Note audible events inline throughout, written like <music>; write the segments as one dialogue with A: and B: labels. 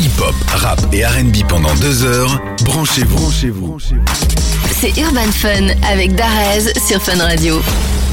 A: hip-hop, rap et RB pendant deux heures, branchez-vous. Branchez-vous.
B: C'est Urban Fun avec Darez sur Fun Radio.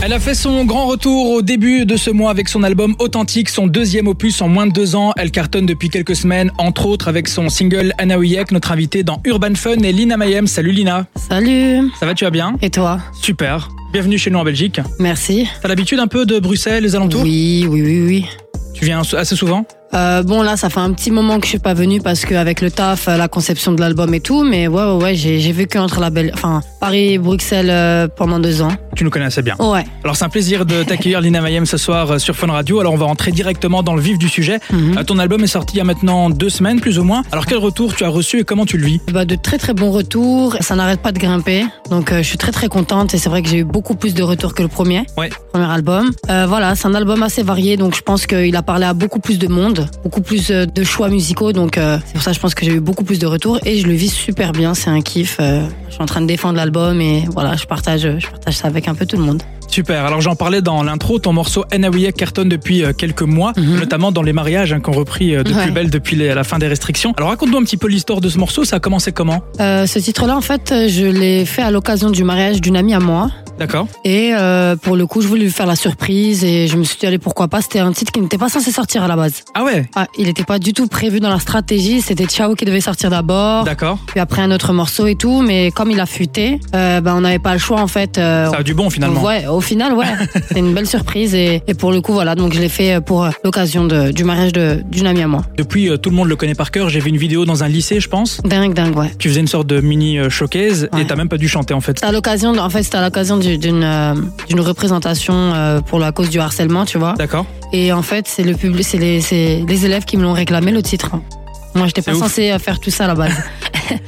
C: Elle a fait son grand retour au début de ce mois avec son album Authentique, son deuxième opus en moins de deux ans. Elle cartonne depuis quelques semaines, entre autres avec son single Anaouiek, notre invitée dans Urban Fun et Lina Mayem. Salut Lina,
D: Salut
C: ça va, tu vas bien
D: Et toi
C: Super. Bienvenue chez nous en Belgique.
D: Merci.
C: T'as l'habitude un peu de Bruxelles, les alentours
D: Oui, oui, oui, oui.
C: Tu viens assez souvent
D: Euh, bon, là, ça fait un petit moment que je suis pas venue parce qu'avec le taf, euh, la conception de l'album et tout, mais ouais, ouais, ouais, j'ai j'ai vécu entre la Bel- enfin, Paris et Bruxelles euh, pendant deux ans.
C: Tu nous connais assez bien.
D: Ouais.
C: Alors c'est un plaisir de t'accueillir Lina Mayem ce soir euh, sur Fun Radio. Alors on va rentrer directement dans le vif du sujet.
D: Mhm.
C: Euh, Ton album est sorti il y a maintenant deux semaines plus ou moins. Alors quel retour tu as reçu et comment tu le vis
D: Bah, de très très bons retours, ça n'arrête pas de grimper, donc euh, je suis très très contente et c'est vrai que j'ai eu beaucoup plus de retours que le premier,
C: Ouais.
D: premier album. Euh, voilà, c'est un album assez varié, donc je pense qu'il a parlé à beaucoup plus de monde, beaucoup plus euh, de choix musicaux, donc euh, c'est pour ça je pense que j'ai eu beaucoup plus de retours et je le vis super bien, c'est un kiff. euh, je suis en train de défendre l'album et voilà, je partage, je partage ça avec un peu tout le monde.
C: Super. Alors j'en parlais dans l'intro, ton morceau Anaouia cartonne depuis euh, quelques mois,
D: Mhm.
C: notamment dans les mariages hein, qu'on repris euh, de
D: Ouais.
C: plus belle depuis les- la fin des restrictions. Alors raconte-nous un petit peu l'histoire de ce morceau. Ça a commencé comment
D: Euh, ce titre-là, en fait, euh, je l'ai fait à l'occasion du mariage d'une amie à moi.
C: D'accord.
D: Et euh, pour le coup, je voulais lui faire la surprise et je me suis dit, allez, pourquoi pas C'était un titre qui n'était pas censé sortir à la base.
C: Ah ouais.
D: Ah, il n'était pas du tout prévu dans la stratégie. C'était Ciao qui devait sortir d'abord,
C: D'accord.
D: puis après un autre morceau et tout. Mais comme il a fuité, euh, ben, on n'avait pas le choix, en fait. euh,
C: Ça a du bon finalement.
D: Ouais, au
C: <laughs>
D: final, ouais. C'est une belle surprise et, et pour le coup, voilà. Donc, je l'ai fait pour euh, l'occasion de- du mariage de- d'une amie à moi.
C: Depuis euh, tout le monde le connaît par cœur. J'ai vu une vidéo dans un lycée, je pense.
D: Dingue, dingue, ouais.
C: Tu faisais une sorte de mini euh, showcase et
D: Ouais.
C: t'as même pas dû chanter en fait.
D: C'était à l'occasion, de- en fait, c'était à l'occasion du- d'une euh, d'une représentation euh, pour la cause du harcèlement, tu vois.
C: D'accord.
D: Et en fait, c'est le public, c'est les, c'est les élèves qui me l'ont réclamé le titre. Moi, j'étais
C: C'est
D: pas
C: ouf.
D: censée euh, faire tout ça à
C: <laughs>
D: la base.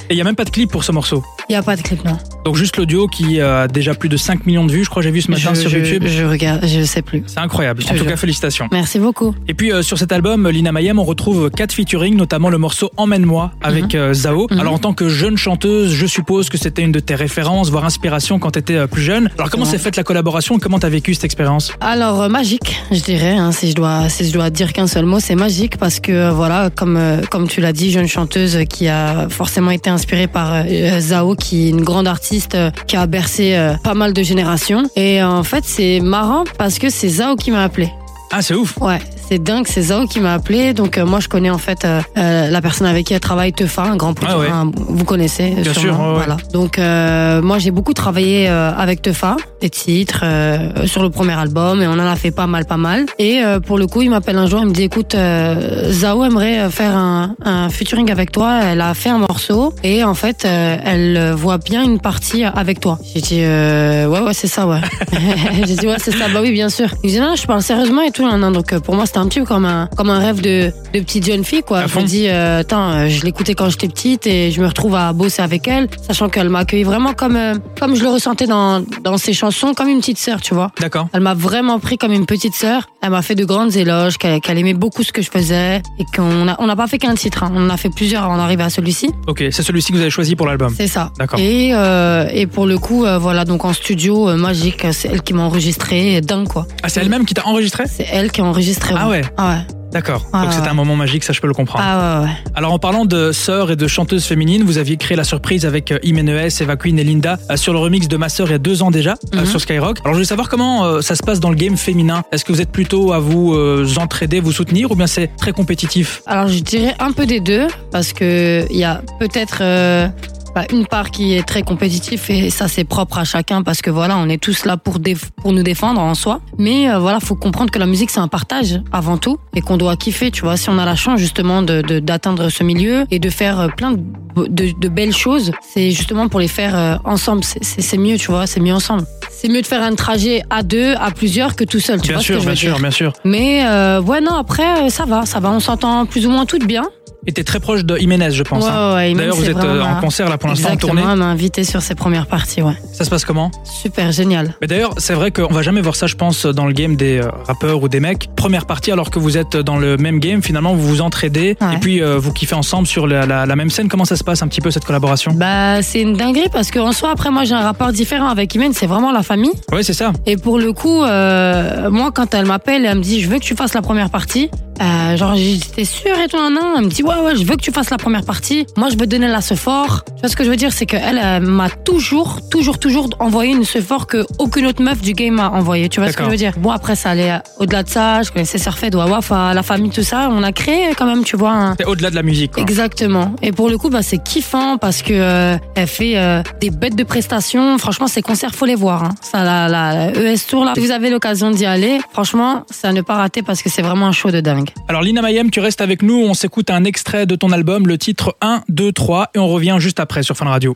C: Et il y a même pas de clip pour ce morceau.
D: Il y a pas de clip non.
C: Donc juste l'audio qui a déjà plus de 5 millions de vues, je crois que j'ai vu ce matin
D: je,
C: sur
D: je-
C: YouTube.
D: je regarde, je sais plus.
C: C'est incroyable.
D: Je
C: En
D: te
C: tout
D: jure.
C: cas, félicitations.
D: Merci beaucoup.
C: Et puis euh, sur cet album, Lina Mayem, on retrouve quatre featuring, notamment le morceau Emmène-moi avec euh, Zao.
D: Mhm.
C: Alors en tant que jeune chanteuse, je suppose que c'était une de tes références, voire inspiration quand t'étais euh, plus jeune. Alors comment
D: Exactement.
C: s'est faite la collaboration Comment t'as vécu cette expérience
D: Alors euh, magique, je dirais. hein, si je dois, si je dois dire qu'un seul mot, c'est magique parce que euh, voilà, comme euh, comme tu l'as dit, jeune chanteuse qui a forcément été inspirée par euh, euh, Zao, qui est une grande artiste euh, qui a bercé euh, pas mal de générations. Et euh, en fait, c'est marrant parce que c'est Zao qui m'a appelé.
C: Ah c'est ouf.
D: Ouais, c'est dingue, c'est Zao qui m'a appelé. Donc euh, moi, je connais en fait euh, euh, la personne avec qui elle travaille, Tefa, un grand
C: Ah
D: producteur.
C: ouais.
D: hein, vous connaissez,
C: Bien
D: sûrement,
C: sûr, ouais, ouais.
D: voilà. Donc euh, moi, j'ai beaucoup travaillé euh, avec Tefa, des titres euh, sur le premier album, et on en a fait pas mal, pas mal. Et euh, pour le coup, il m'appelle un jour, il me dit, écoute, euh, Zao aimerait euh, faire un, un featuring avec toi. Elle a fait un morceau, et en fait, euh, elle euh, voit bien une partie avec toi. J'ai dit, euh, ouais, ouais, c'est ça, ouais. <laughs> j'ai dit ouais c'est ça bah oui bien sûr il me dit non je parle sérieusement et tout non, non. donc euh, pour moi c'était un petit peu comme un comme un rêve de de petite jeune fille
C: À
D: quoi je
C: fond.
D: me dis euh, attends euh, je l'écoutais quand j'étais petite et je me retrouve à bosser avec elle sachant qu'elle m'a accueilli vraiment comme euh, comme je le ressentais dans dans ses chansons comme une petite sœur tu vois
C: D'accord.
D: elle m'a vraiment pris comme une petite sœur. Elle m'a fait de grandes éloges, qu'elle qu'elle aimait beaucoup ce que je faisais et qu'on a, on n'a pas fait qu'un titre, hein. on en a fait plusieurs avant d'arriver à celui-ci.
C: Ok, c'est celui-ci que vous avez choisi pour l'album.
D: C'est ça.
C: D'accord.
D: Et, euh, et pour le coup, euh, voilà, donc en studio, euh, magique, c'est elle qui m'a enregistré, dingue quoi.
C: Ah c'est elle-même qui t'a enregistré
D: C'est elle qui a enregistré.
C: Ah ouais,
D: Ah ouais.
C: d'accord.
D: Ouais,
C: Donc c'était
D: ouais.
C: un moment magique, ça je peux le comprendre.
D: Ah ouais, ouais.
C: Alors en parlant de sœurs et de chanteuses féminines, vous aviez créé la surprise avec euh, Imenes, Eva Queen et Linda euh, sur le remix de Ma sœur il y a deux ans déjà euh,
D: Mhm.
C: sur Skyrock. Alors je voulais savoir comment euh, ça se passe dans le game féminin. Est-ce que vous êtes plutôt à vous euh, entraider, vous soutenir ou bien c'est très compétitif
D: Alors je dirais un peu des deux parce que il y a peut-être euh, bah, une part qui est très compétitive et ça c'est propre à chacun parce que voilà on est tous là pour déf- pour nous défendre en soi. Mais euh, voilà faut comprendre que la musique c'est un partage avant tout et qu'on doit kiffer tu vois si on a la chance justement de de- d'atteindre ce milieu et de faire euh, plein de, de, de belles choses c'est justement pour les faire euh, ensemble c'est- c'est c'est mieux tu vois c'est mieux ensemble. C'est mieux de faire un trajet à deux à plusieurs que tout seul tu
C: Bien
D: vois ce
C: sûr,
D: que je veux
C: bien
D: dire.
C: sûr, bien sûr.
D: Mais euh, ouais, non, après, euh, ça va, ça va. On s'entend plus ou moins toutes bien.
C: Et t'es très proche de Imenes, je pense.
D: Ouais,
C: hein.
D: ouais, et même
C: D'ailleurs, vous
D: c'est
C: êtes euh,
D: vraiment
C: en
D: un-
C: concert là pour l'instant en tournée.
D: Exactement, elle m'a invité sur ses premières parties, ouais.
C: Ça se passe comment
D: Super génial.
C: Mais d'ailleurs, c'est vrai qu'on va jamais voir ça, je pense, dans le game des euh, rappeurs ou des mecs. Première partie, alors que vous êtes dans le même game, finalement, vous vous entraidez
D: Ouais.
C: et puis euh, vous kiffez ensemble sur la, la- la même scène. Comment ça se passe un petit peu cette collaboration
D: Bah, c'est une dinguerie parce qu'en soi, après, moi, j'ai un rapport différent avec Imen, c'est vraiment la famille.
C: Oui, c'est ça.
D: Et pour le coup, euh, moi, quand elle m'appelle et elle me dit, je veux que tu fasses la première partie, Euh, genre, j'étais sûre et tout, nan, nan. Elle me dit, ouais, ouais, je veux que tu fasses la première partie. Moi, je veux te donner la sephore. Tu vois ce que je veux dire, c'est qu'elle elle euh, m'a toujours, toujours, toujours envoyé une sephore que aucune autre meuf du game m'a envoyé. Tu vois ce que je
C: D'accord.
D: veux dire? Bon, après, ça allait euh, au-delà de ça. Je connaissais Sarfed, Wawafa, la famille, tout ça. On a créé quand même, tu vois, un,
C: C'est au-delà de la musique. quoi.
D: Exactement. Et pour le coup, bah, c'est kiffant parce que euh, elle fait euh, des bêtes de prestations. Franchement, ces concerts, faut les voir. hein. Ça, la, la, la ES Tour, là, si vous avez l'occasion d'y aller, franchement, ça ne pas rater parce que c'est vraiment un show de dingue.
C: Alors Lina Mayem, tu restes avec nous, on s'écoute un extrait de ton album, le titre 1, 2, 3, et on revient juste après sur Fun Radio.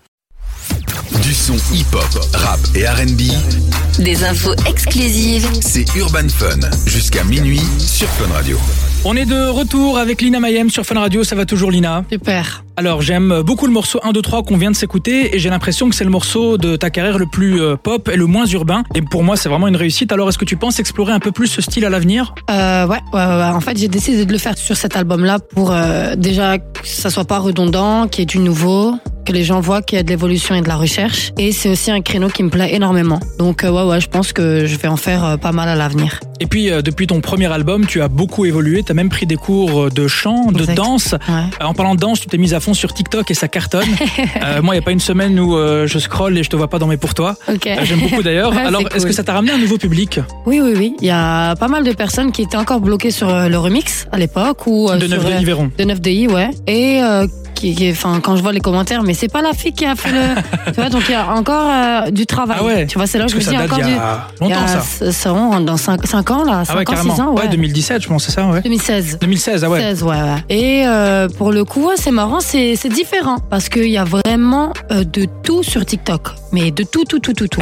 A: Du son hip-hop, rap et RB,
B: Des infos exclusives
A: c'est Urban Fun. Jusqu'à minuit sur Fun Radio.
C: On est de retour avec Lina Mayem sur Fun Radio, ça va toujours Lina
D: Super.
C: Alors j'aime beaucoup le morceau 1, 2, 3 qu'on vient de s'écouter, et j'ai l'impression que c'est le morceau de ta carrière le plus euh, pop et le moins urbain, et pour moi c'est vraiment une réussite, alors est-ce que tu penses explorer un peu plus ce style à l'avenir
D: Euh, ouais, ouais, ouais, ouais. En fait, j'ai décidé de le faire sur cet album-là pour euh, déjà que ça soit pas redondant, qu'il y ait du nouveau, que les gens voient qu'il y a de l'évolution et de la recherche. Et c'est aussi un créneau qui me plaît énormément. Donc, euh, ouais, ouais, je pense que je vais en faire euh, pas mal à l'avenir.
C: Et puis euh, depuis ton premier album, tu as beaucoup évolué, tu as même pris des cours euh, de chant, de
D: Exact.
C: danse,
D: Ouais.
C: Euh, En parlant de danse, tu t'es mise à fond sur TikTok et ça cartonne.
D: <laughs>
C: Euh, moi, il n'y a pas une semaine où euh, je scroll et je te vois pas dans mes pour toi.
D: Ok.
C: Euh, J'aime beaucoup d'ailleurs.
D: <laughs> Ouais,
C: Alors,
D: c'est
C: est-ce que
D: cool.
C: ça t'a ramené un nouveau public
D: Oui, oui, oui. Il y a pas mal de personnes qui étaient encore bloquées sur euh, le remix à l'époque ou euh,
C: de
D: sur,
C: 9
D: euh,
C: de Yveron
D: de 9 DI, ouais. Et euh, qui, qui- enfin, quand je vois les commentaires, mais c'est pas la fille qui a fait le, tu vois, donc il y a encore euh, du travail.
C: Ah ouais.
D: Tu vois, c'est là où
C: Parce
D: je
C: que
D: me
C: ça
D: dis
C: date
D: encore
C: il y
D: du.
C: a
D: il y
C: longtemps,
D: a
C: ça.
D: c- ça on rentre dans 5, ans là, 5
C: Ah ouais,
D: ans, 6 ans,
C: carrément.
D: ouais.
C: Ouais, 2017, je pense, c'est ça, ouais.
D: 2016.
C: 2016, ah ouais.
D: 16, ouais, ouais. Et euh, pour le coup, ouais, c'est marrant, c'est c'est différent parce qu'il y a vraiment euh, de tout sur TikTok. Mais de tout, tout, tout,
C: <laughs>
D: tout, tout.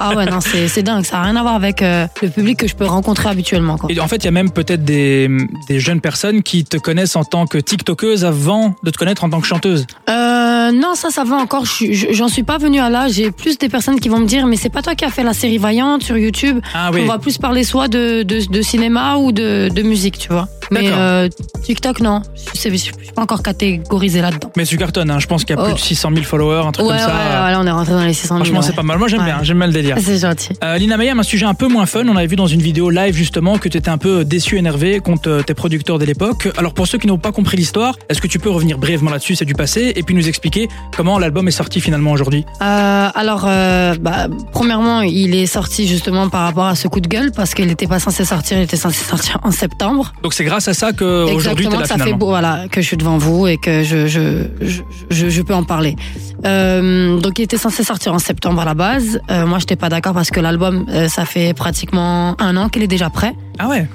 D: ah ouais, non, c'est c'est dingue. Ça n'a rien à voir avec euh, le public que je peux rencontrer habituellement. Quoi.
C: Et en fait, il y a même peut-être des, des jeunes personnes qui te connaissent en tant que TikTokeuse avant de te connaître en tant que chanteuse.
D: Euh, non, ça, ça va encore. Je suis- je- J'en suis pas venue à là. J'ai plus des personnes qui vont me dire, mais c'est pas toi qui as fait la série Vaillante sur YouTube.
C: Ah oui.
D: On va plus parler soit de, de, de cinéma ou de, de musique, tu vois. Mais
C: D'accord.
D: euh, TikTok, non. Je sais- je suis pas encore catégorisée là-dedans.
C: Mais tu cartonnes, hein. je pense qu'il y a plus
D: Oh.
C: de 600 000 followers, un truc
D: Ouais, ouais,
C: comme
D: ouais,
C: ça.
D: là, on est rentré dans les 600 000.
C: Franchement,
D: ouais.
C: c'est pas mal. Moi, j'aime
D: Ouais.
C: bien, j'aime bien le délire.
D: C'est gentil.
C: Euh, Lina Mayem, un sujet un peu moins fun. On avait vu dans une vidéo live justement que tu étais un peu déçu, énervé contre euh, tes producteurs de l'époque. Alors pour ceux qui n'ont pas compris l'histoire, est-ce que tu peux revenir brièvement là-dessus, c'est du passé, et puis nous expliquer comment l'album est sorti finalement aujourd'hui
D: Euh, alors, euh, bah, premièrement, il est sorti justement par rapport à ce coup de gueule parce qu'il n'était pas censé sortir, il était censé sortir en septembre.
C: Donc c'est grâce à ça que Euh, aujourd'hui t'es
D: Exactement,
C: là
D: que ça
C: finalement.
D: fait beau, voilà, que je suis devant vous et que je, je, je, je, je peux en parler. Euh, donc, il était censé sortir en septembre à la base. Euh, moi, j'étais pas d'accord parce que l'album, euh, ça fait pratiquement un an qu'il est déjà prêt.
C: Ah ouais.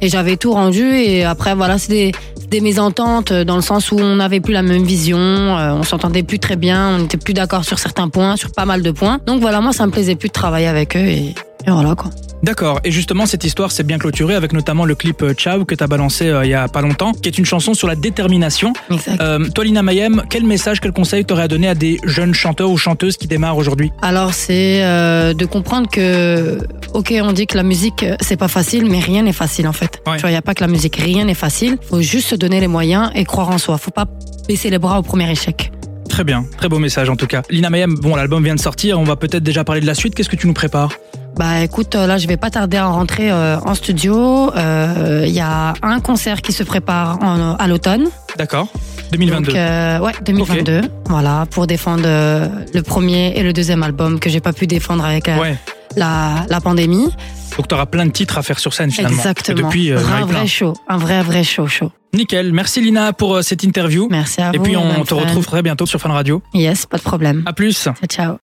D: Et j'avais tout rendu et après voilà, c'est des, c'est des mésententes euh, dans le sens où on n'avait plus la même vision, euh, on s'entendait plus très bien, on n'était plus d'accord sur certains points, sur pas mal de points. Donc voilà, moi ça me plaisait plus de travailler avec eux et, et voilà quoi.
C: D'accord. Et justement cette histoire s'est bien clôturée avec notamment le clip euh, Ciao que t'as balancé euh, il y a pas longtemps, qui est une chanson sur la détermination.
D: Exact.
C: Euh, toi Lina Mayem, quel message, quel conseil t'aurais à donner à des jeunes chanteurs ou chanteuses qui démarrent aujourd'hui
D: Alors c'est euh, de comprendre que ok on dit que la musique euh, c'est pas facile mais rien n'est facile en fait.
C: Ouais.
D: Tu vois y a pas que la musique rien n'est facile. Faut juste se donner les moyens et croire en soi. Faut pas baisser les bras au premier échec.
C: Très bien, très beau message en tout cas. Lina Mayem, bon l'album vient de sortir, on va peut-être déjà parler de la suite. Qu'est-ce que tu nous prépares
D: Bah écoute euh, là je vais pas tarder à rentrer euh, en studio. Il y a un concert qui se prépare en- à l'automne.
C: D'accord. 2022.
D: Donc euh, ouais 2022. Voilà pour défendre euh, le premier et le deuxième album que j'ai pas pu défendre avec euh,
C: ouais.
D: la, la pandémie.
C: Donc t'auras plein de titres à faire sur scène finalement.
D: Exactement.
C: Et depuis, euh, il y en a
D: un
C: eu plein.
D: vrai show, un vrai vrai show show.
C: Nickel. Merci Lina pour euh, cette interview.
D: Merci à
C: Et
D: vous.
C: puis on
D: Madame
C: te
D: Fran.
C: retrouve très bientôt sur Fun Radio.
D: Yes, pas de problème.
C: À plus.
D: Ciao, ciao.